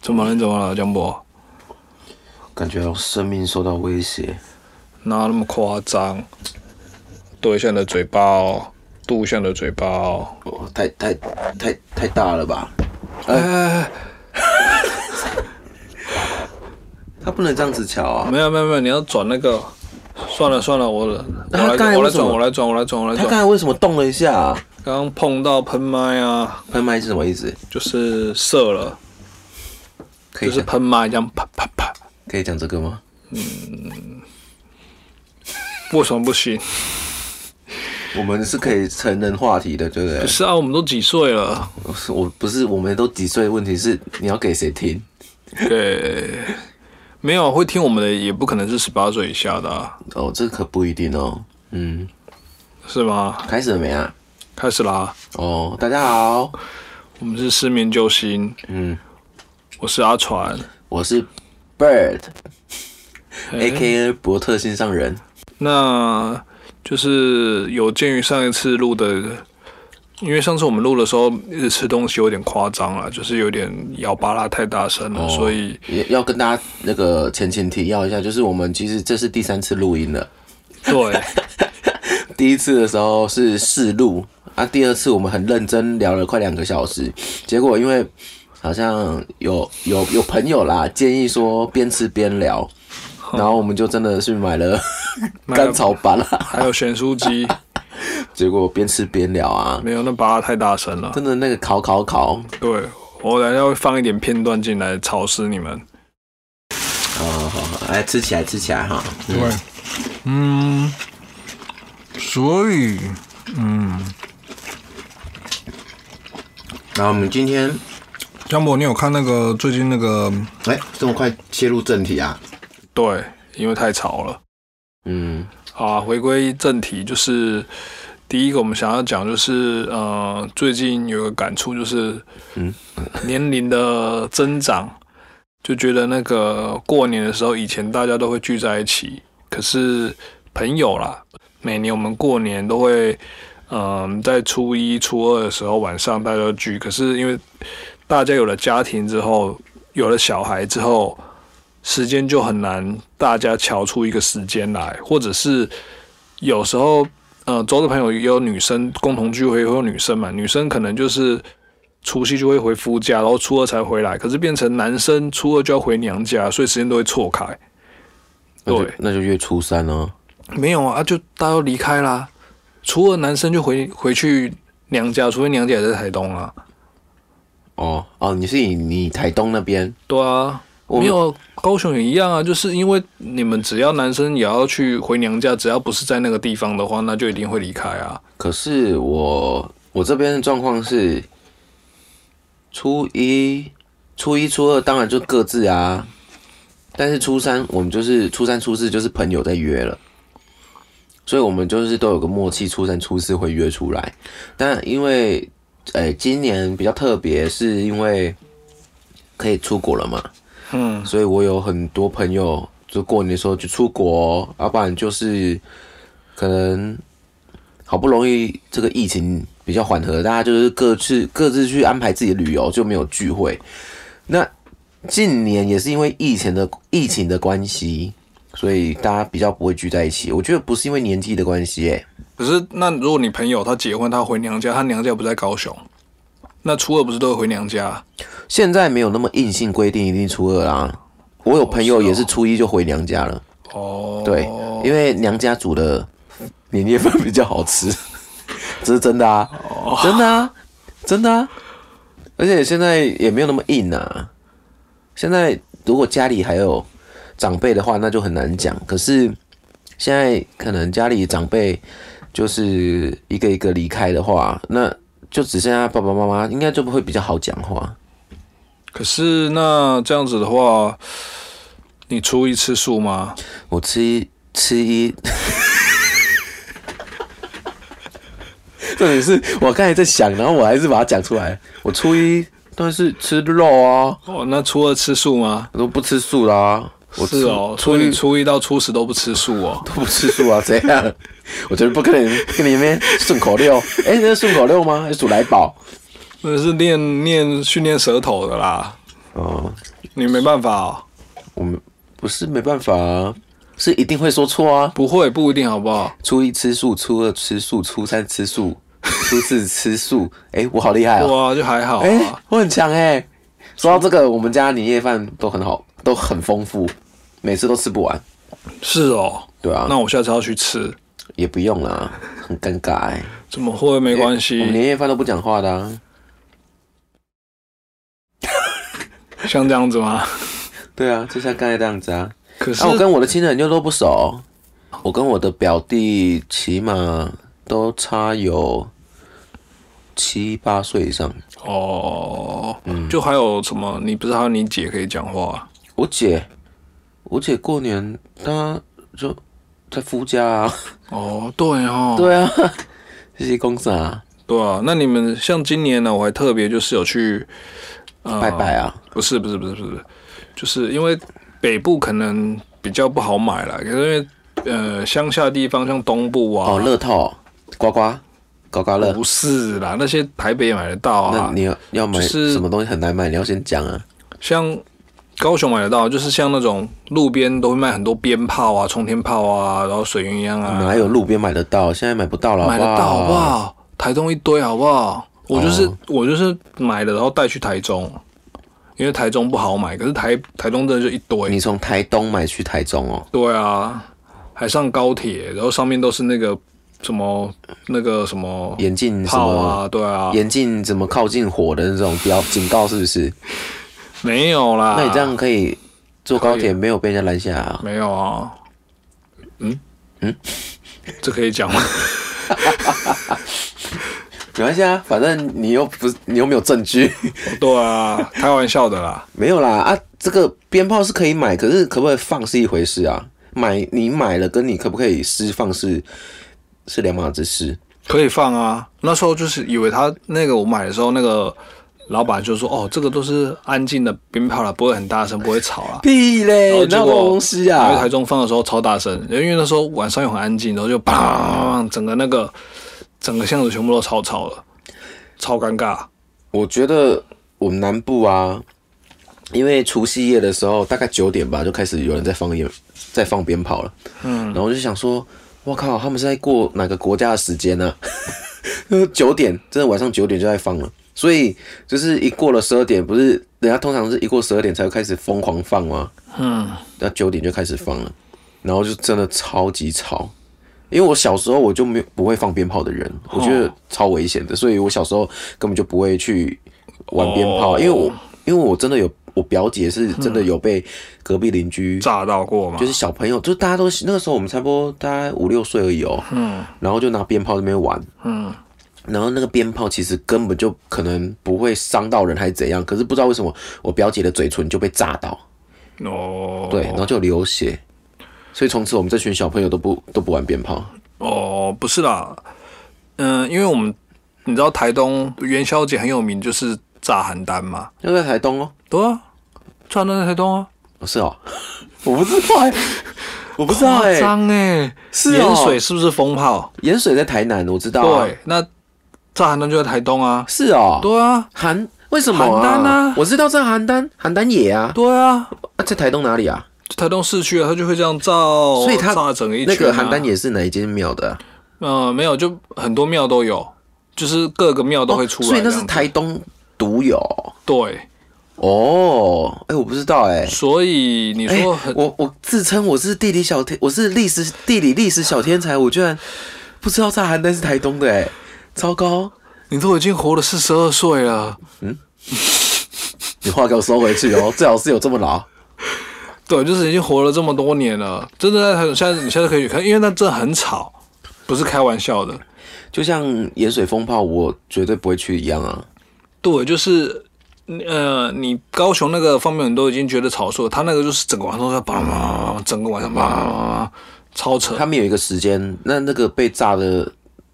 怎么了？你怎么了，江博？感觉到生命受到威胁。哪那么夸张？对象的嘴巴哦，杜象的嘴巴哦。哦，太太太太大了吧？哎哎他不能这样子瞧哎，啊！没有没有没有，你要转那个。算了算了，我我那他来刚才我来为什转么我来转我来转我来他刚转。才为什么动了一下、啊？刚刚碰到喷麦啊，喷麦是什么意思？就是射了，就可以是讲喷麦这样啪啪啪。可以讲这个吗？为什么不行？我们是可以成人话题的，对不对不？是啊，我们都几岁了？不是我不是我们都几岁？问题是你要给谁听？对，没有啊会听我们的，也不可能是十八岁以下的、啊，哦，这可不一定哦。嗯，是吗？开始了没啊？开始啦，哦，大家好，我们是失眠救星，嗯，我是阿传，我是 Bird，A K A 伯特心上人。那就是有鉴于上一次录的。因为上次我们录的时候，一直吃东西有点夸张了，就是有点咬巴拉太大声了，哦所以也要跟大家那个前情提要一下，就是我们其实这是第三次录音了。对第一次的时候是试录啊，第二次我们很认真聊了快两个小时，结果因为好像有有有朋友啦建议说边吃边聊，然后我们就真的是买了买了甘草巴啦， 还有咸酥鸡，结果边吃边聊啊，没有那巴拉太大声了。真的那个烤烤烤，对我等一下会放一点片段进来吵死你们。哦，好好，来吃起来吃起来哈，对，嗯，所以，嗯，然后我们今天江博，你有看那个最近那个？哎、这么快切入正题啊，对，因为太吵了。嗯，好啊，回归正题，就是第一个我们想要讲就是，呃，最近有个感触就是，嗯，年龄的增长，就觉得那个过年的时候，以前大家都会聚在一起，可是朋友啦，每年我们过年都会，嗯、在初一、初二的时候晚上大家都聚，可是因为大家有了家庭之后，有了小孩之后，时间就很难大家瞧出一个时间来，或者是有时候，呃，周的朋友也有女生共同聚会，也会有女生嘛，女生可能就是除夕就会回夫家，然后初二才回来，可是变成男生初二就要回娘家，所以时间都会错开。那就对那就约初三哦，没有啊，就大家都离开啦，初二男生就回回去娘家，除非娘家也在台东啊。哦哦，你是以你台东那边。对啊，我们没有高雄也一样啊，就是因为你们只要男生也要去回娘家，只要不是在那个地方的话，那就一定会离开啊。可是我我这边的状况是，初一、初一、初二当然就各自啊，但是初三我们就是初三、初四就是朋友在约了，所以我们就是都有个默契，初三、初四会约出来。但因为诶、今年比较特别，是因为可以出国了嘛，嗯，所以我有很多朋友就过年的时候就出国，要不然就是可能好不容易这个疫情比较缓和，大家就是各自各自去安排自己的旅游，就没有聚会。那近年也是因为疫情的疫情的关系，所以大家比较不会聚在一起。我觉得不是因为年纪的关系、欸，可是那如果你朋友他结婚，他回娘家，他娘家不在高雄，那初二不是都会回娘家？现在没有那么硬性规定一定初二啦。我有朋友也是初一就回娘家了，哦，对，因为娘家煮的年夜饭比较好吃， 这是真的啊，真的啊，真的啊。而且现在也没有那么硬啊。现在如果家里还有长辈的话，那就很难讲。可是现在可能家里长辈就是一个一个离开的话，那就只剩下爸爸妈妈，应该就不会比较好讲话。可是那这样子的话，你初一吃素吗？我吃一吃一， 重点是我刚才在想，然后我还是把它讲出来。我初一但是吃肉啊，哦，那初二吃素吗？我都不吃素啦、我是哦，初所以一你初一到初十都不吃素哦。都不吃素啊， 怎样？我觉得不可能跟你们顺口溜。哎、那是顺口溜吗？还是数来宝？那是练练训练舌头的啦。哦，你没办法哦，我们不是没办法啊，是一定会说错啊。不会不一定好不好？初一吃素，初二吃素，初三吃素，初四吃素。哎、我好厉害哦！哇，就还好哎、啊。我很强哎、说到这个，我们家年夜饭都很好，都很丰富，每次都吃不完。是哦，对啊，那我下次要去吃，也不用啦，很尴尬哎、怎么会没关我们系？年夜饭都不讲话的、啊。像这样子吗？对啊，就像刚才这样子啊。可是啊，我跟我的亲人就都不熟，我跟我的表弟起码都差有七八岁以上。哦，就还有什么？你不是还有你姐可以讲话？啊我姐，我姐过年她就在夫家啊，哦，对哦， 对啊，这些公司啊，对啊。那你们像今年呢，我还特别就是有去，呃拜拜啊，不是不是不是不是，就是因为北部可能比较不好买啦，可是因为呃乡下地方像东部啊，哦，乐透、刮刮、刮刮乐，不是啦，那些台北也买得到那啊，你要要买就是什么东西很难买，你要先讲啊。像高雄买得到，就是像那种路边都会卖很多鞭炮啊、冲天炮啊，然后水鸳鸯啊，哪有路边买得到？现在买不到了，买得到好不好？好？台东一堆好不好？我就是、哦我就是买了，然后带去台中，因为台中不好买，可是台台中真的就一堆。你从台东买去台中哦，对啊，还上高铁，然后上面都是那个什么那个什么眼镜什炮么啊，对啊，眼镜怎么靠近火的那种标警告是不是？没有啦。那你这样可以坐高可铁没有被人家拦下啊？没有啊？嗯嗯，这可以讲吗？ 没关系啊，反正你又不是你又没有证据， 对啊，开玩笑的啦。没有啦啊，这个鞭炮是可以买，可是可不可以放是一回事啊？买你买了跟你可不可以释放是是两码子事。可以放啊。那时候就是以为他那个我买的时候，那个老板就说：“哦，这个都是安静的鞭炮了，不会很大声，不会吵啦。屁然后嘞，结那种果东西然后台啊！中放的时候超大声，因为那时候晚上又很安静，然后就砰，整个那个整个巷子全部都超吵了，超尴尬。我觉得我们南部啊，因为除夕夜的时候大概九点吧，就开始有人在放烟，在放鞭炮了。嗯，然后我就想说，我靠，他们是在过哪个国家的时间呢、 啊？九点，真的晚上九点就在放了。所以就是一过了十二点，不是人家通常是一过十二点才会开始疯狂放吗？嗯，那九点就开始放了，然后就真的超级吵。因为我小时候我就没有不会放鞭炮的人，我觉哦得超危险的，所以我小时候根本就不会去玩鞭炮，哦嗯因为我因为我真的有我表姐是真的有被隔壁邻居。炸到过吗？就是小朋友，就大家都那个时候我们差不多大概五六岁而已哦，嗯然后就拿鞭炮在那边玩，嗯，然后那个鞭炮其实根本就可能不会伤到人还是怎样，可是不知道为什么我表姐的嘴唇就被炸到，哦，对，然后就流血，所以从此我们这群小朋友都不都不玩鞭炮。哦，不是啦，嗯、因为我们你知道台东元宵节很有名，就是炸邯郸嘛。要在台东哦，对啊，炸弹在台东啊，哦是哦，我不知道哎、 我不知道哎、欸夸张哎，是哦盐水是不是风炮？盐水在台南，我知道、啊，对，那炸邯郸就在台东啊，是哦，对啊，邯为什么、邯郸啊我知道在邯郸，邯郸野啊，对啊，啊在台东哪里啊？台东市区啊，它就会这样炸哦，所以它炸整个一那圈个啊。邯郸野是哪一间庙的啊、呃，没有，就很多庙都有，就是各个庙都会出来哦所这以样那子、是台东独有对，哦。哎、我不知道哎、所以你哎说很、我我自称我是地理小天，我是历史地理历史小天才，我居然不知道在邯郸是台东的哎、糟糕！你都已经活了四十二岁了，你话给我收回去哦， 最好是有这么老。对，就是已经活了这么多年了，真的在台东，现在你现在可以去看，因为那真的很吵，不是开玩笑的。就像盐水风炮，我绝对不会去一样啊。对，就是呃，你高雄那个方面，你都已经觉得吵了，他那个就是整个晚上都在叭叭叭，整个晚上叭叭叭，超扯。他们有一个时间，那那个被炸的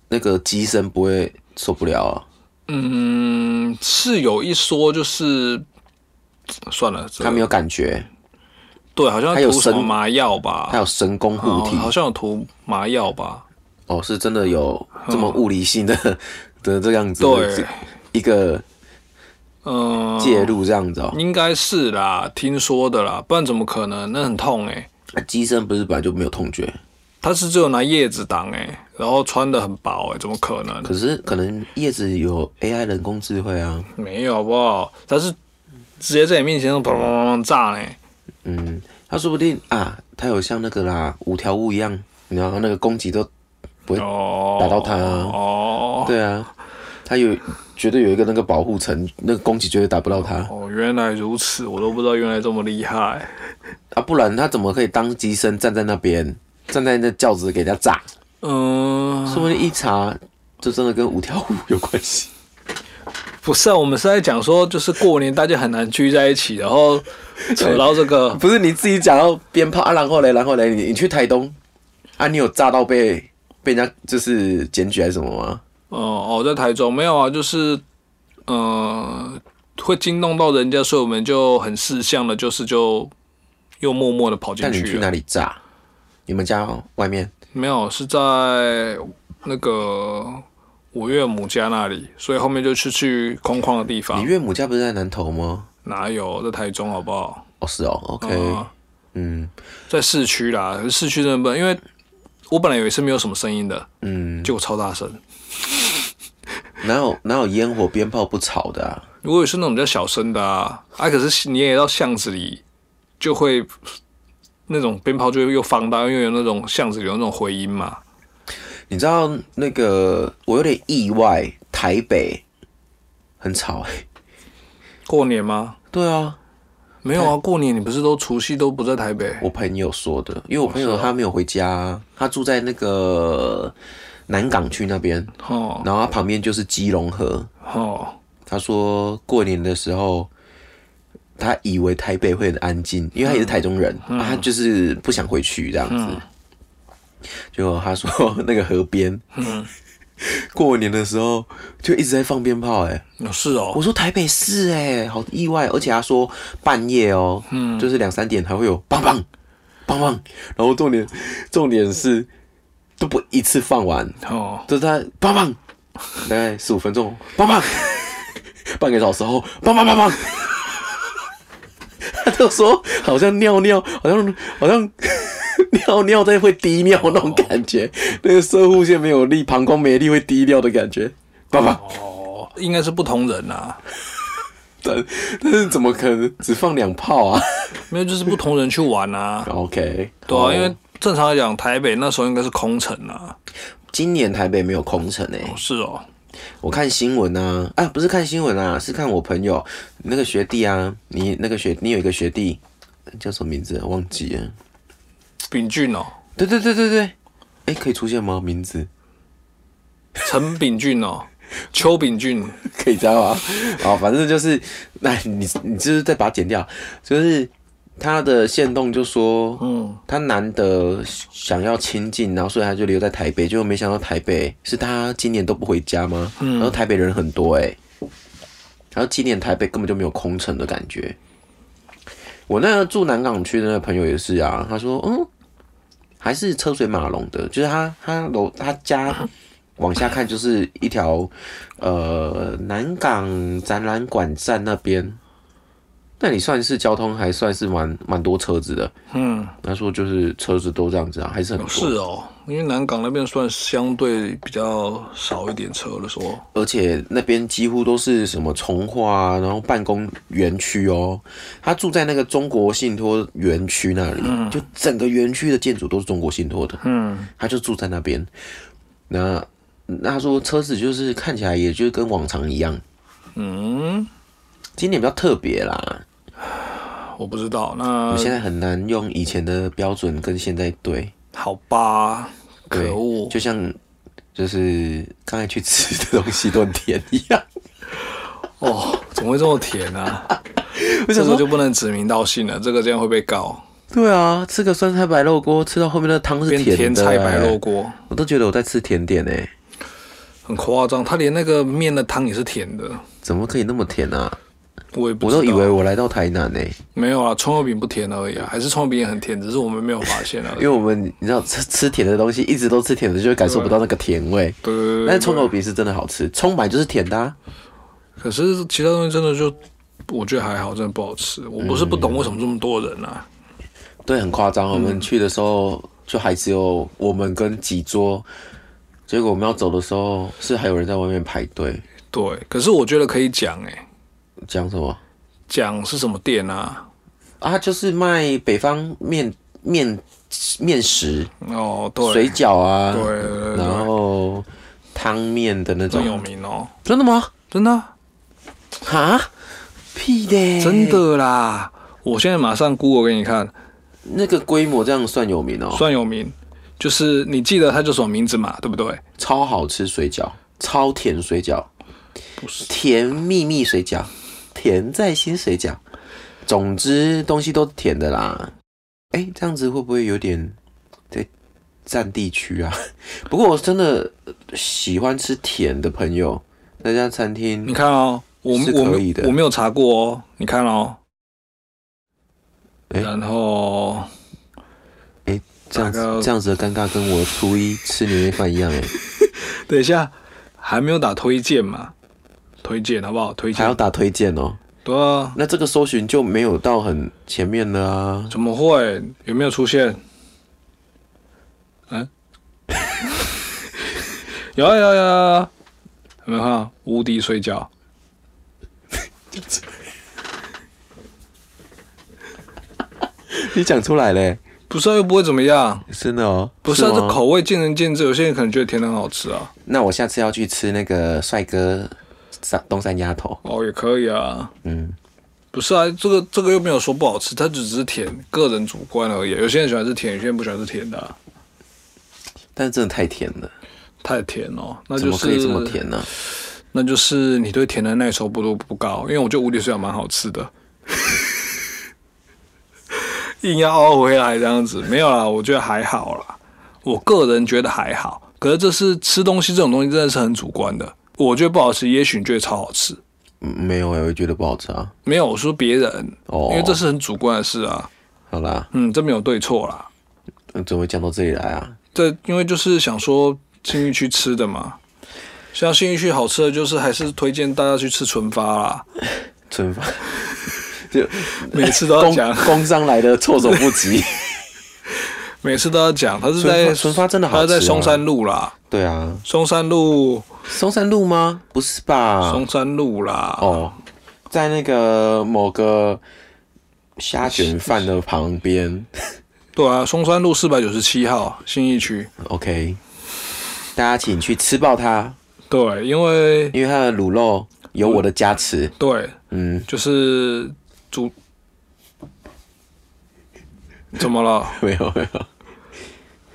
那个机身不会受不了啊。嗯，是有一说就是算了，这个他们有感觉，对，好像还有涂什么神麻药它吧，有神功护哦体好像有涂麻药吧，哦，是真 的有这么物理性的的这样子对的一个嗯，介入这样子哦、应该是啦，听说的啦，不然怎么可能？那很痛诶、啊机身不是本来就没有痛觉，他是只有拿叶子挡诶、然后穿的很薄诶、欸怎么可能？可是可能叶子有 AI 人工智慧啊。没有好不好？他是直接在你面前砰砰砰砰炸呢、嗯，他说不定啊，他有像那个啦五条悟一样，然后那个攻击都哦，打到他啊哦对啊，他有绝对有一个那个保护层，那个攻击绝对打不到他哦，原来如此，我都不知道原来这么厉害。啊，不然他怎么可以当机身站在那边，站在那轿子给人家炸？嗯，说不定一查，就真的跟五条悟有关系。不是啊，我们是在讲说，就是过年大家很难聚在一起，然后扯到这个， 不是你自己讲到鞭炮啊，然后嘞，然后嘞，你你去台东啊，你有炸到被被人家就是检举还是什么吗？嗯，哦，在台中没有啊，就是，嗯，会惊动到人家，所以我们就很识相的，就是就又默默的跑进但你去去了。哪里炸？你们家外面？没有，是在那个我岳母家那里，所以后面就去去空旷的地你方。岳母家不是在南投吗？哪有在台中好不好？哦，是哦，OK，嗯嗯在市区啦，市区真的不能，因为我本来以为是没有什么声音的，嗯，结果超大声。哪有哪有烟火鞭炮不吵的啊？如果是那种比较小声的啊，啊，可是你也到巷子里，就会那种鞭炮就会又放大，因为有那种巷子里有那种回音嘛。你知道那个我有点意外，台北很吵哎、过年吗？对啊，没有啊，过年你不是都除夕都不在台北？我朋友说的，因为我朋友他没有回家啊、他住在那个南港区那边，哦然后他旁边就是基隆河。哦，他说过年的时候，他以为台北会很安静，因为他也是台中人，啊他就是不想回去这样子。结果他说那个河边， 过年的时候就一直在放鞭炮、欸，哎，有是哦，我说台北市、欸，哎，好意外，而且他说半夜哦、就是两三点还会有棒棒棒棒，然后重点重点是都不一次放完，哦。就是他棒棒，大概十五分钟，棒 棒，半个小时后，棒棒棒棒。 他就说好像尿尿，好像好像 尿尿在会滴尿那种感觉，那个射护腺没有力，膀胱没力会滴尿的感觉，棒棒。哦，应该是不同人啊，但但是怎么可能只放两炮啊 没有就是不同人去玩啊， ？OK，对好啊，因为正常来讲，台北那时候应该是空城啊，今年台北没有空城诶、是哦，我看新闻啊，啊，不是看新闻啊，是看我朋友那个学弟啊，你那个学，你有一个学弟叫什么名字啊、忘记了。秉俊哦，对对对对对，哎，可以出现吗？名字 陈秉俊哦，邱秉俊，可以加吗？啊，反正就是，那你你就是再把它剪掉，就是他的线动就说，嗯，他难得想要亲近，然后所以他就留在台北，结果没想到台北是他今年都不回家吗？然后台北人很多哎、然后今年台北根本就没有空城的感觉。我那个住南港区的那个朋友也是啊，他说嗯，还是车水马龙的，就是他他楼他家往下看就是一条呃南港展览馆站那边，那你算是交通还算是蛮蛮多车子的。嗯，他说就是车子都这样子啊，还是很多。是哦，因为南港那边算相对比较少一点车了，说，而且那边几乎都是什么从化啊，然后办公园区哦。他住在那个中国信托园区那里，就整个园区的建筑都是中国信托的，嗯，他就住在那边。那那他说车子就是看起来也就跟往常一样，嗯，今年比较特别啦。我不知道，我那们现在很难用以前的标准跟现在对，好吧，对可恶，就像就是刚才去吃的东西都很啊甜一样。哦，怎么会这么甜啊？ 我这想个说就不能指名道姓了，这个这样会被告，对啊，吃个酸菜白肉锅，吃到后面那汤是变甜的、欸甜菜白肉，锅。我都觉得我在吃甜点哎、很夸张，他连那个面的汤也是甜的，怎么可以那么甜啊？我也不我知道都以为我来到台南欸呢、没有啊，葱油饼不甜而已啊，还是葱油饼也很甜，只是我们没有发现而 因已。为我们你知道吃吃甜的东西，一直都吃甜的，就会感受不到那个甜味。对对对对，但是葱油饼是真的好吃，葱白就是甜的、啊，可是其他东西真的就我觉得还好，真的不好吃。我嗯不是不懂为什么这么多人啊，对，很夸嗯张。我们去的时候就还只有我们跟几桌，结果我们要走的时候是还有人在外面排队。对。可是我觉得可以讲哎、讲什么讲是什么店啊？啊？就是卖北方面面面食、哦，对，水饺啊，对对对对然后汤面的那很有种。名哦，真的吗？真的啊哈？屁的，真。的啦！我现在马上 Google 给你看，那个规模这样算有名哦、算有名，就是你记得它叫什么名字嘛，对不对？超好吃水饺，超甜水饺，不是甜蜜蜜水饺，甜在心水饺。总之东西都甜的啦。哎、这样子会不会有点在占地区啊？ 不过我真的喜欢吃甜的朋友，那家餐你厅看哦，我是我可没以的我没有查过哦，你看哦。诶然后这样子大概这样子的尴尬，跟我初一吃年夜饭一 样哎、等一下还没有打推荐嘛？推荐好不好？推还要荐打推荐哦、对啊，那这个搜寻就没有到很前面了 啊。怎么会？有没有出现？嗯， 有啊有啊有啊，有没有看到无敌水饺？你讲出来嘞，不是、啊、又不会怎么样，真的哦、不是、啊、吗这口味见仁见智，有些人可能觉得甜的很好吃啊，那我下次要去吃那个帅哥山东山鸭头，哦也可以啊，嗯，不是啊，这个这个又没有说不好吃，它只是甜，个人主观而已。啊有些人喜欢吃甜，有些人不喜欢吃甜的啊、但是真的太甜了，太甜哦，那怎就么是可以这么甜呢、那就是你对甜的耐受不度不高，因为我觉得无敌水饺蛮好吃的，硬要凹回来这样子，没有啦，我觉得还好啦，我个人觉得还好，可是这是吃东西这种东西真的是很主观的，我觉得不好吃，也许你觉得超好吃，嗯没有哎、我觉得不好吃啊。没有我说别人，哦，因为这是很主观的事啊，好啦，嗯，这没有对错啦，那怎么会讲到这里来啊？这因为就是想说信义区吃的嘛，像信义区好吃的就是还是推荐大家去吃纯发啦，春发就每次都要工讲。 工商来的措手不 及。每次都要讲，他是纯在发纯发真的好吃、他啊。在松山路啦，对啊，松山路，松山路吗？不是吧？松山路啦，啊哦，在那个某个虾卷饭的旁边。对啊，松山路四百九十七号信义区， OK，大家请去吃爆它，对，因为因为它的卤肉有我的加持。对，嗯，就是主，怎么了？没有没有，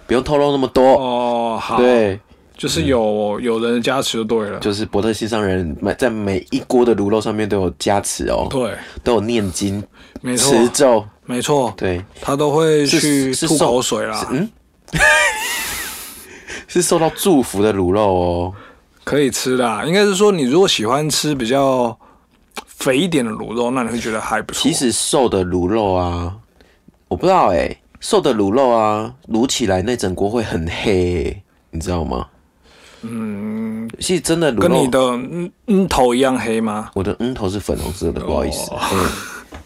不用透露那么多。哦，好，，对，嗯就是有有人的加持就对了，就是伯特心上人每在每一锅的卤肉上面都有加持哦，对，都有念经没错，持咒。没错，对，他都会是去是吐送口水啦，嗯，是受到祝福的卤肉哦。可以吃啦，应该是说你如果喜欢吃比较肥一点的卤肉，那你会觉得还不错。其实瘦的卤肉啊，我不知道哎、瘦的卤肉啊，卤起来那整锅会很黑、欸你知道吗？嗯，其实真的卤跟肉，你的嗯嗯头一样黑吗？我的嗯头是粉红色的，不好意思。哦嗯，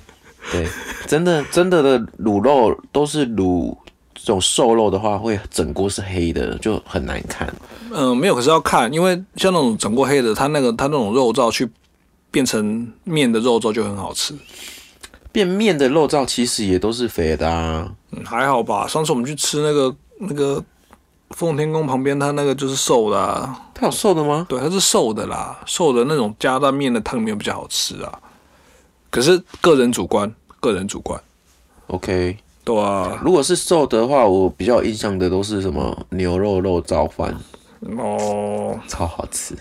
对，真的真的的卤肉都是卤这种瘦肉的话，会整锅是黑的，就很难看。嗯、没有，可是要看，因为像那种整锅黑的，它那个它那种肉燥去变成面的肉燥就很好吃。变面的肉燥其实也都是肥的啊，嗯，还好吧。上次我们去吃那个那个奉天宫旁边，它那个就是瘦的、啊，它有瘦的吗？对，它是瘦的啦，瘦的那种加在面的汤里面比较好吃啊。可是个人主观，个人主观， OK，对啊。如果是瘦的话，我比较有印象的都是什么牛肉肉燥饭，哦，超好吃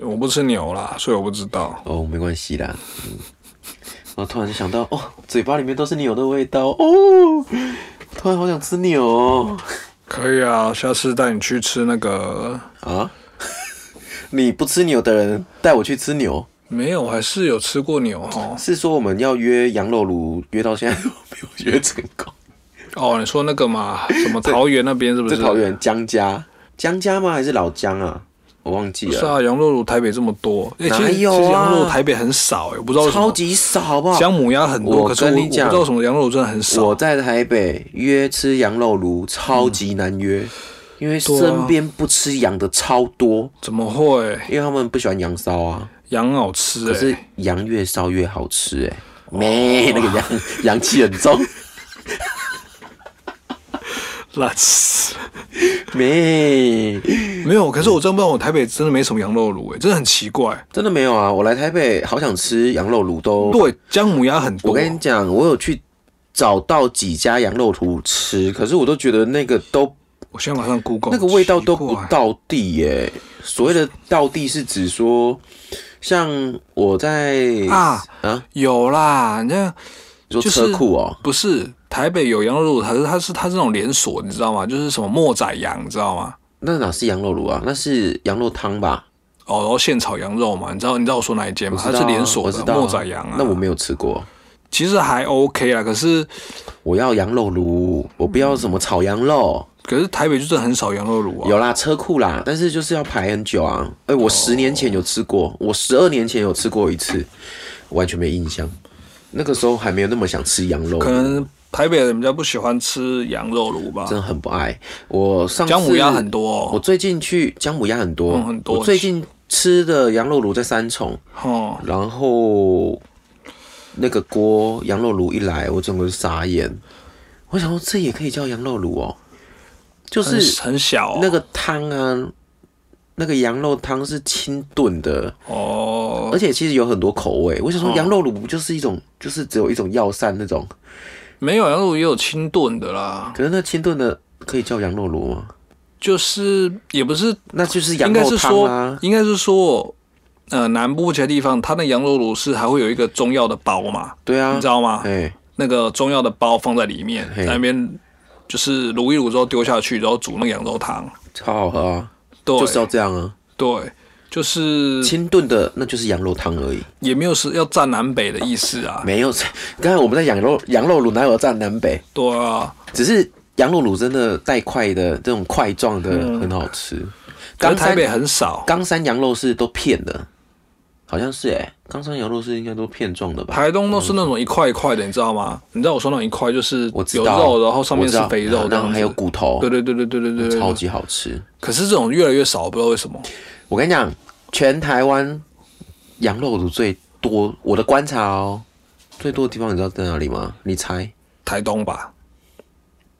我不吃牛啦，所以我不知道。哦，没关系啦。嗯，我突然就想到，哦，嘴巴里面都是牛的味道哦，突然好想吃牛哦、可以啊，下次带你去吃那个啊！你不吃牛的人带我去吃牛，没有，还是有吃过牛哈。是说我们要约羊肉炉，约到现在都没有约成功。哦，你说那个嘛，什么桃园那边是不在是？桃园江家，江家吗？还是老江啊？我忘记不是了，啊，羊肉卤台北这么多，哎、哪其实有啊其实羊肉卤台北很少、哎，我不知道为什么超级少，好不好？姜母鸭很多，我可是我跟我你不知讲道为什么羊肉卤真的很少。我在台北约吃羊肉炉超级难约，因为对啊身边不吃羊的超多，怎么会？因为他们不喜欢羊骚啊。羊好吃哎、可是羊越骚越好吃哎、没、那个羊阳气很重，烂死。没没有，可是我真不知道，我台北真的没什么羊肉卤哎、真的很奇怪。真的没有啊！我来台北好想吃羊肉炉都，对，姜母鸭很我多，跟你讲，我有去找到几家羊肉炉吃，可是我都觉得那个都我现在马上 Google，那个味道都奇不怪到地耶、所谓的到地是指说，像我在啊啊，有啦，那你说就是车库哦、不是台北有羊肉卤，可是它是它是那种连锁，你知道吗？就是什么莫仔羊，你知道吗？那哪是羊肉炉啊？那是羊肉汤吧？哦，然后现炒羊肉嘛，你知道你知道我说哪一间吗？我它知道啊是连锁我的知道啊莫仔羊啊。那我没有吃过。其实还 OK 啊啦，可是我要羊肉炉，我不要什么炒羊肉。可是台北就是很少羊肉卤啊。有啦，车库啦，但是就是要排很久啊。哎、我十年前有吃哦过，我十二年前有吃过一次，完全没印象。那个时候还没有那么想吃羊肉，可能台北人比较不喜欢吃羊肉卤吧真，的很不爱。我上次姜母鸭很多我哦。最近去姜母鸭很多，嗯很多我最近吃的羊肉炉在三重，哦，然后那个锅羊肉炉一来，我整个傻眼。我想说这也可以叫羊肉炉哦，就很是很小哦那个汤啊，那个羊肉汤是清炖的，哦而且其实有很多口味。我想说羊肉炉不就是一种，就是只有一种药膳那种，没有羊肉卤也有清炖的啦，可是那清炖的可以叫羊肉炉吗？就是也不是那就是应羊该肉是汤说，啊。应该是说，呃，南部其他地方，它那羊肉卤是还会有一个中药的包嘛，对啊你知，道吗？哎，那个中药的包放在里面，嘿在那边就是卤一卤之后丢下去，然后煮那个羊肉汤。超好喝啊，对，就是要这样啊。对，就是清炖的那就是羊肉汤而已，也没有是要占南北的意思啊。没有。刚才我们在羊肉羊肉炉哪有站南北？对啊，只是羊肉炉真的带块的这种块状的很好吃。刚嗯冈台山北很少，冈山羊肉是都片的，好像是哎、冈山羊肉是应该都片状的吧？台东都是那种一块一块的，你知道吗？你知道我说那种一块就是我知有道，肉，然后上面是我知道肥肉这然后样还有子。骨头，对对对对对对对对超对。级好吃。可是这种越来越少，不知道为什么。我跟你讲，全台湾羊肉炉最多，我的观察哦，最多的地方你知道在哪里吗？你猜？台东吧，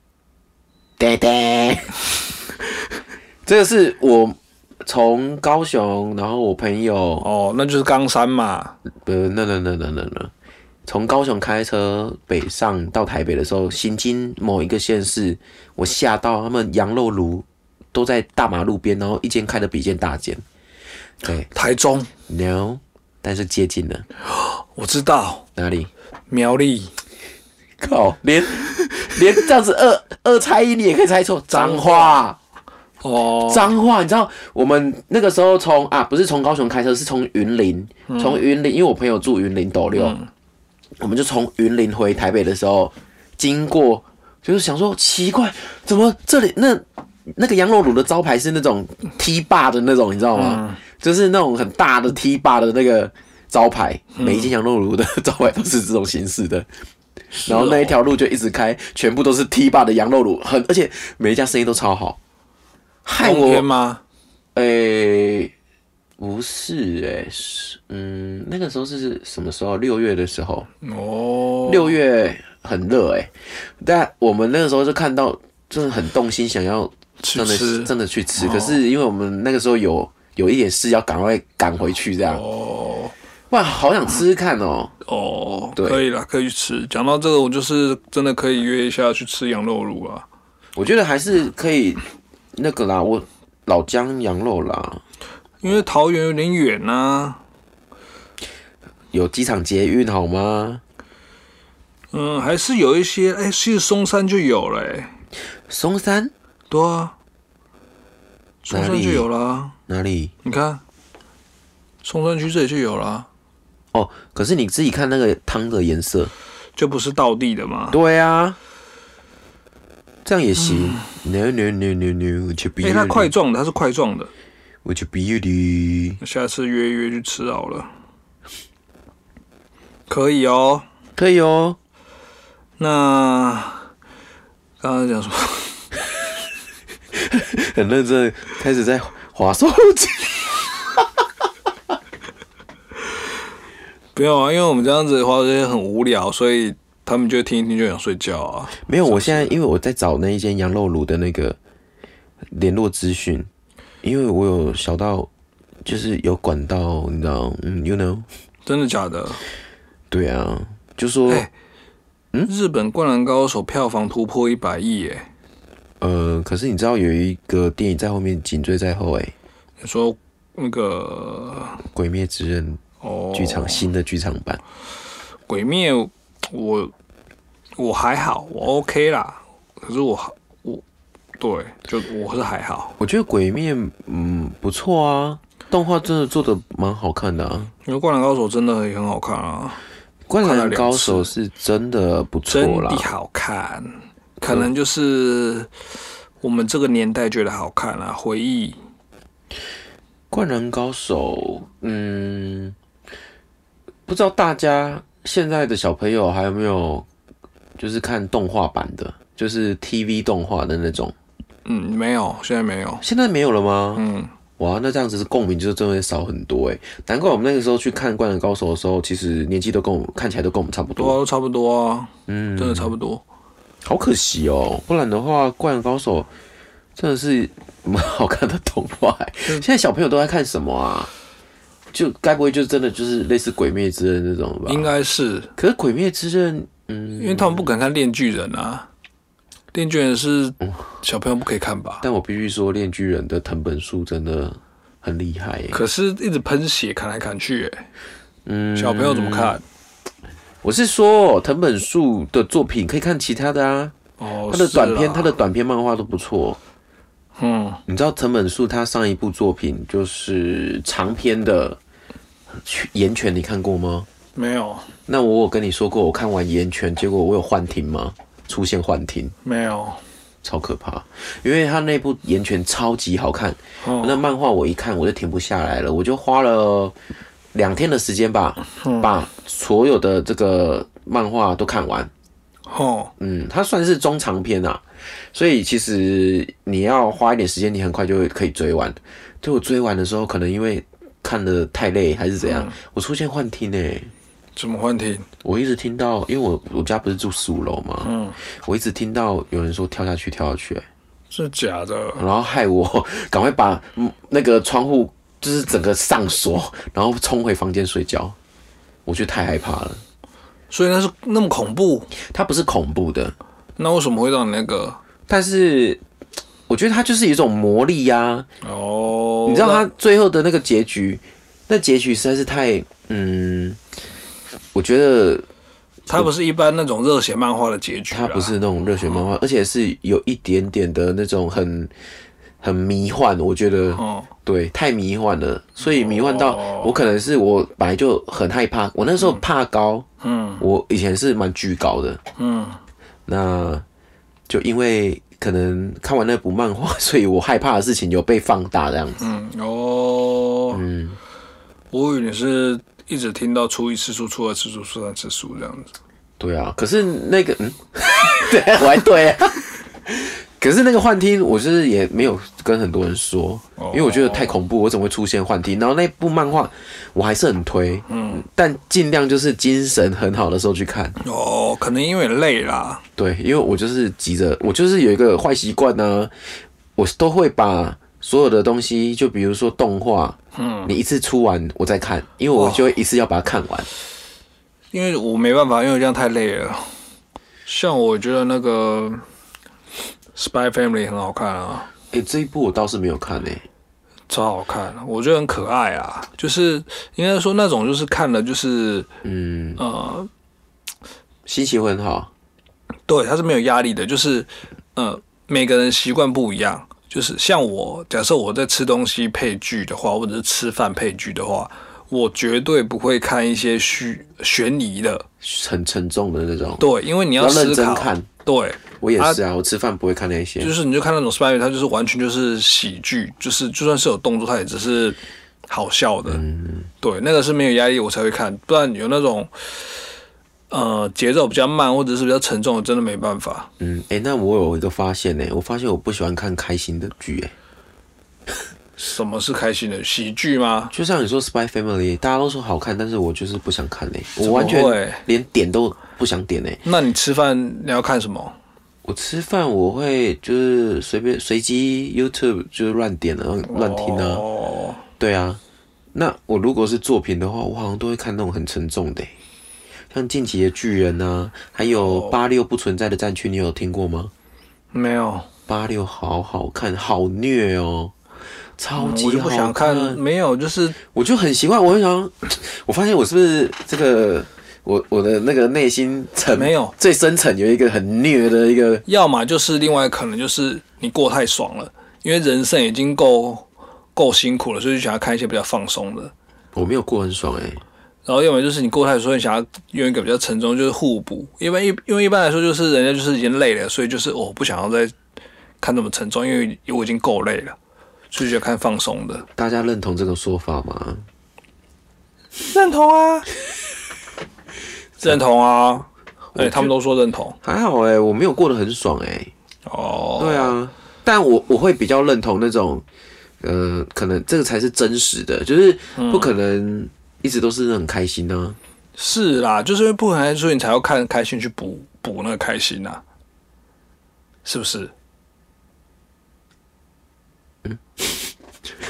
对对，这个是我从高雄，然后我朋友哦，那就是冈山嘛。呃，那那那那那那，从高雄开车北上到台北的时候，行经某一个县市，我吓到他们羊肉炉都在大马路边，然后一间开的比一间大间。对台中， ，no，但是接近了我知道，哪里？苗栗、靠，连 连这样子二二猜一你也可以猜错，脏话。哦，脏话，你知道我们那个时候从啊，不是从高雄开车，是从云林，从云林，因为我朋友住云林斗六，我们就从云林回台北的时候，经过就是想说奇怪，怎么这里那那个羊肉卤的招牌是那种 T 坝的那种，你知道吗？就是那种很大的 T 坝的那个招牌，每一间羊肉卤的招牌都是这种形式的。然后那一条路就一直开，全部都是 T 坝的羊肉卤，很而且每一家生意都超好，害冬我天吗？诶、不是诶、是嗯，那个时候是什么时候？六月的时候，哦，六月很热诶、但我们那个时候就看到，就是很动心，想要去真的吃哦真的去吃。可是因为我们那个时候有有一点事要赶快赶回去，这样哦哇，好想吃吃看哦、哦，对可以了，可以去吃。讲到这个，我就是真的可以约一下去吃羊肉炉啊。我觉得还是可以那个啦，我老姜羊肉啦，因为桃园有点远啊呐、有机场捷运好吗？嗯，还是有一些，哎、其实松山就有了、哎，松山对啊，松哪山里就有啦、哪里？你看，松山区这里就有啦、啊哦，可是你自己看那个汤的颜色。就不是道地的嘛。对啊，这样也行。No 嗯 no no no no，去比哎、它块状的，它是块状的，我去 beauty，下次约一约去吃好了，可以哦。可以哦。那刚刚讲什么？很认真地开始在划手 机。不用啊，因为我们这样子滑手机很无聊，所以他们就听一听就想睡觉啊。没有，我现在因为我在找那一间羊肉炉的那个联络资讯，因为我有小到就是有管道，你知道，嗯，you know，真的假的？对啊，就说哎嗯日本《灌篮高手》票房突破一百亿耶！呃，可是你知道有一个电影在后面紧追在后、欸，哎，你说那个《鬼灭之刃哦》，剧场、新的剧场版， 《鬼灭》我我还好，我 OK 啦。可是我还我对，就我是还好，我觉得《鬼灭》嗯不错啊，动画真的做的蛮好看的啊，因为《灌篮高手》真的也很好看啊， 《灌看了篮两高次手》是真的不错真的啦，好看。可能就是我们这个年代觉得好看啊，回忆灌篮高手，嗯，不知道大家现在的小朋友还有没有就是看动画版的，就是 TV 动画的那种，嗯没有，现在没有，现在没有了吗？嗯，哇，那这样子是共鸣就真的会少很多哎，难怪我们那个时候去看《灌篮高手》的时候，其实年纪都跟我们看起来都跟我们差不对啊，多，都差不多啊，嗯，真的差不多。好可惜哦，不然的话，《灌篮高手》真的是蛮好看的动画欸。现嗯在小朋友都在看什么啊？就该不会就真的就是类似《鬼灭之刃》那种吧？应该是，可是《鬼灭之刃》，嗯，因为他们不敢看《链锯人》啊，《链锯人》是嗯小朋友不可以看吧？但我必须说，《炼巨人》的藤本树真的很厉害欸耶。可是一直喷血砍来砍去、欸，嗯，小朋友怎么看？我是说藤本树的作品可以看其他的啊，哦，他的是啦短片，他的短片漫画都不错。嗯，你知道藤本树他上一部作品就是长篇的《岩泉》，你看过吗？没有，那我有跟你说过，我看完《岩泉》，结果我有幻听吗？出现幻听，没有，超可怕！因为他那部《岩泉》超级好看，哦那漫画我一看我就停不下来了，我就花了两天的时间吧，把所有的这个漫画都看完。哦，嗯，它算是中长篇啊，所以其实你要花一点时间，你很快就会可以追完。就我追完的时候，可能因为看的太累还是怎样，我出现幻听诶、欸怎么幻听？我一直听到，因为我我家不是住十五楼嘛，嗯，我一直听到有人说跳下去，跳下去、欸是假的，然后害我 赶快把嗯那个窗户就是整个上锁，然后冲回房间睡觉。我觉得太害怕了，所以那是那么恐怖，它不是恐怖的，那为什么会让你那个？但是我觉得它就是一种魔力呀、哦，你知道他最后的那个结局，那结局实在是太，嗯，我觉得那它不是一般那种热血漫画的结局、啊，嗯它不是那种热血漫画，而且是有一点点的那种很很迷幻，我觉得哦，对，太迷幻了，所以迷幻到哦我可能是我本来就很害怕，我那时候怕高，嗯我以前是蛮惧高的，嗯，那就因为可能看完那部漫画， 所以我害怕的事情有被放大这样子，嗯哦，嗯，我以为你是一直听到初一次数、初二次数、初三次数这样子。对啊，可是那个，嗯， 对，我还对啊。可是那个幻听，我就是也没有跟很多人说，因为我觉得太恐怖，我怎么会出现幻听？然后那部漫画我还是很推，嗯，但尽量就是精神很好的时候去看。哦，可能因为累啦，对，因为我就是急着，我就是有一个坏习惯呢，我都会把所有的东西，就比如说动画，嗯，你一次出完我再看，因为我就会一次要把它看完。因为我没办法，因为这样太累了。像我觉得那个《Spy Family》很好看啊，诶、这一部我倒是没有看诶、超好看，我觉得很可爱啊。就是应该说那种就是看了就是嗯，呃，心情会很好。对，它是没有压力的，就是呃，每个人习惯不一样。就是像我，假设我在吃东西配剧的话，或者是吃饭配剧的话，我绝对不会看一些虚悬疑的。很沉重的那种，对，因为你要认思真考，看。对，我也是啊，我吃饭不会看那些。就是你就看那种 s p y 它就是完全就是喜剧，就是就算是有动作，它也只是好笑的。嗯对，那个是没有压力我才会看，不然有那种呃节奏比较慢或者是比较沉重的，真的没办法。嗯，哎、那我有一个发现呢、我发现我不喜欢看开心的剧、欸，什么是开心的喜剧吗？就像你说《Spy Family》，大家都说好看，但是我就是不想看嘞、么我完全会连点都不想点嘞、那你吃饭你要看什么？我吃饭我会就是随便随机 YouTube 就是乱点啊，乱听啊，哦，对啊。那我如果是作品的话，我好像都会看那种很沉重的欸、像《进击的巨人》啊，还哦有《八六不存在的战区》，你有听过吗？没有，八六好好看，好虐哦，超嗯我级好就不想看，没有，就是我就很奇怪，我很想， 我发现我是不是这个我我的那个内心层没有最深层有一个很虐的一个，要么就是另外可能就是你过太爽了，因为人生已经够够辛苦了，所以就想要看一些比较放松的。我没有过很爽哎、然后要么就是你过太爽，所以想要用一个比较沉重，就是互补。因为一因为一般来说就是人家就是已经累了，所以就是哦我、不想要再看那么沉重，因为我已经够累了，所以就看放松的。大家认同这个说法吗？认同啊，认同啊，哎、他们都说认同还好哎、我没有过得很爽哎、哦。对啊，但我我会比较认同那种，呃，可能这个才是真实的，就是嗯不可能一直都是很开心啊呢、是啦，就是因为不可能，所以你才要看开心去补补那个开心呐、啊，是不是？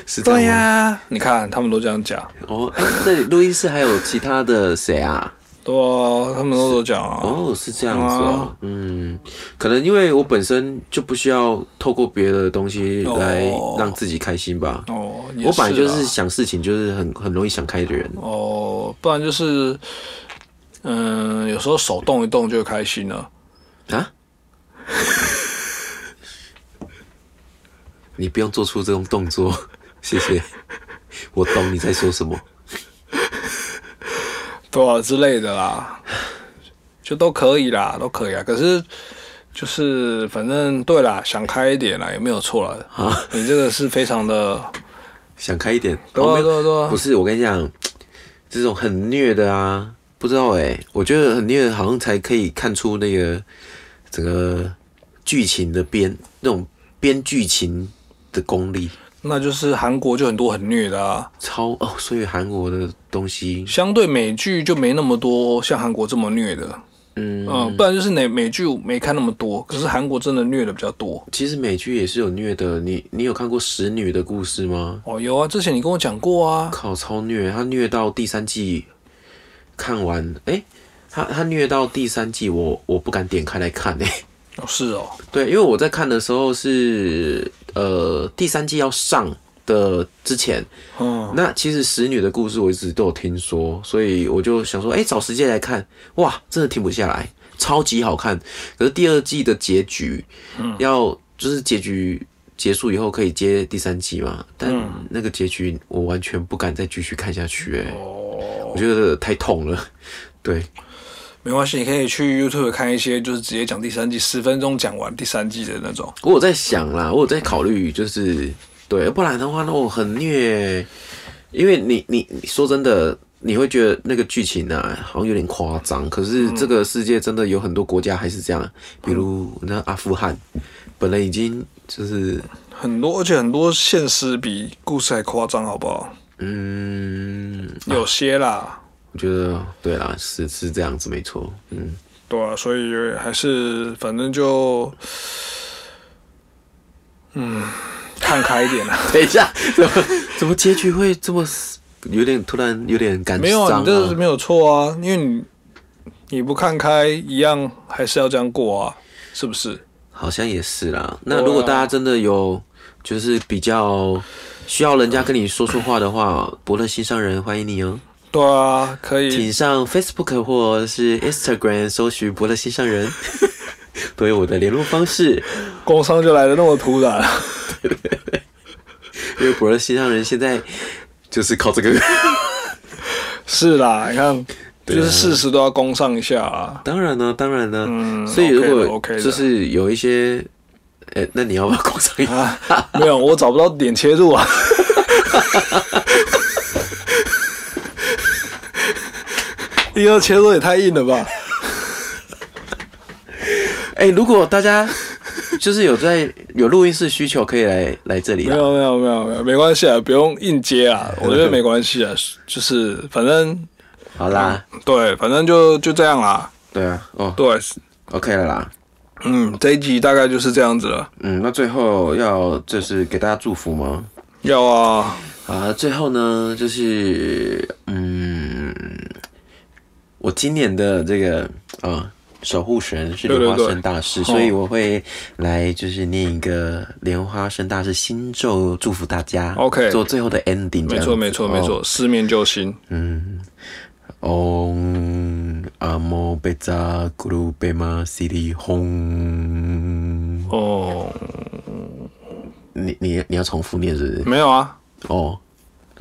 是这样吗、你看他们都这样讲，哦，哎、这里录音室还有其他的谁啊？对啊，他们都有讲啊，哦，是这样子哦，嗯，可能因为我本身就不需要透过别的东西来哦让自己开心吧。哦，也我本来就啦是想事情就是很很容易想开的人，哦，不然就是，嗯，有时候手动一动就开心了。啊？你不用做出这种动作，谢谢。我懂你在说什么。对啊之类的啦，就都可以啦，都可以啊。可是就是反正对啦，想开一点啦，也没有错啦。啊，你这个是非常的，想开一点。对哦啊没有对啊对啊不， 是，我跟你讲，这种很虐的啊，不知道哎、我觉得很虐，好像才可以看出那个整个剧情的编那种编剧情的功力那就是韩国就很多很虐的啊，超哦。所以韩国的东西，相对美剧就没那么多像韩国这么虐的。嗯，嗯，不然就是美美剧没看那么多，可是韩国真的虐的比较多。其实美剧也是有虐的。你你有看过《使女的故事》吗？哦，有啊，之前你跟我讲过啊，靠，超虐！他虐到第三季看完，哎、他他虐到第三季我，我不敢点开来看哎、哦是哦，对，因为我在看的时候是呃第三季要上的之前，嗯，那其实《使女的故事》我一直都有听说，所以我就想说，哎、找时间来看，哇，真的停不下来，超级好看。可是第二季的结局，要就是结局结束以后可以接第三季嘛，但那个结局我完全不敢再继续看下去、哎、我觉得太痛了。对，没关系，你可以去 YouTube 看一些，就是直接讲第三季，十分钟讲完第三季的那种。我有在想啦，我有在考虑，就是对，不然的话，那我很虐，因为你你你说真的，你会觉得那个剧情啊，好像有点夸张。可是嗯这个世界真的有很多国家还是这样，比如那阿富汗，本来已经就是很多，而且很多现实比故事还夸张，好不好？嗯，有些啦，我觉得对啦，是是这样子，没错，嗯， 对啊，所以还是反正就，嗯，看开一点啦。等一下，怎么怎么结局会这么有点突然有点感没有啊，伤你这是啊？没有错啊，因为你你不看开，一样还是要这样过啊，是不是？好像也是啦。那对啊如果大家真的有就是比较需要人家跟你说说话的话，伯乐心上人欢迎你哦，对啊，可以。请上 Facebook 或是 Instagram 搜寻伯乐心上人， 都有我的联络方式。工伤就来的那么突然， 因为伯乐心上人现在就是靠这个，是啦，你看对啊就是事实都要攻上一下啊。 当然呢，当然呢。嗯，所以如果 OK 的就是有一些，哎、那你要不要工商 一下？啊，没有，我找不到点切入啊。 第二切入也太硬了吧？哎、如果大家 就是有在有录音室需求，可以来来这里没啊。有没有没有没有，没关系啊，不用硬接啊，我觉得没关系啊，就是反正好啦，对，反正就就这样啦。对啊，哦嗯对， ，OK 了啦。嗯，这一集大概就是这样子了。嗯，那最后要就是给大家祝福吗？要啊，啊，最后呢，就是嗯，我今年的这个啊、守护神是对莲花对对生大师，所以我会来就是念一个莲花生大师心咒，祝福大家。 OK 做最后的 ending 这没样子。错没错没哦。错，失眠救星。嗯。嗡阿摩贝扎古鲁贝玛西里吽，哦，你你你要重复念是不是？没有啊，哦，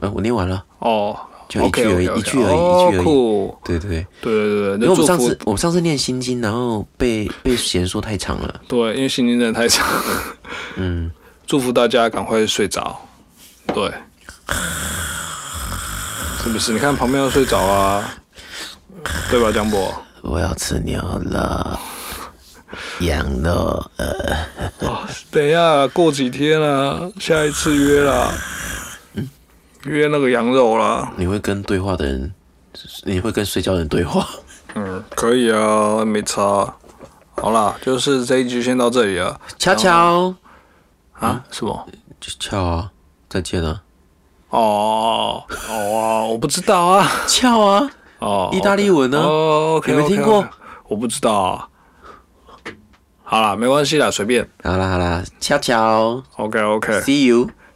呃，我念完了。哦就一句而已 OK，OK，OK，一句而已哦一句而已酷，对对对，对对对，因为那我们祝上福次我们上次念心经，然后被被嫌说太长了。对，因为心情真的太差。嗯， 祝福大家赶快睡着。对，是不是？你看旁边要睡着啊，对吧，江博？我要吃牛了，羊肉，呃，哦，等一下，过几天啊，下一次约啦，约那个羊肉啦。你会跟对话的人，你会跟睡觉的人对话？嗯，可以啊，没差。好啦，就是这一局先到这里啊了悄悄，啊？什么？就翘啊，再见啊，哦哦啊，我不知道啊。翘啊，哦，意大利文啊呢哦，OK，你没听过 OK，OK，我不知道啊。好啦，没关系啦，随便。好啦好啦，悄悄 OK OK，See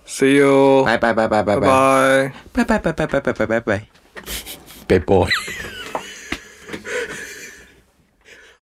，See you， you，拜拜拜拜拜拜拜拜。拜拜拜拜拜拜拜拜拜，bad boy。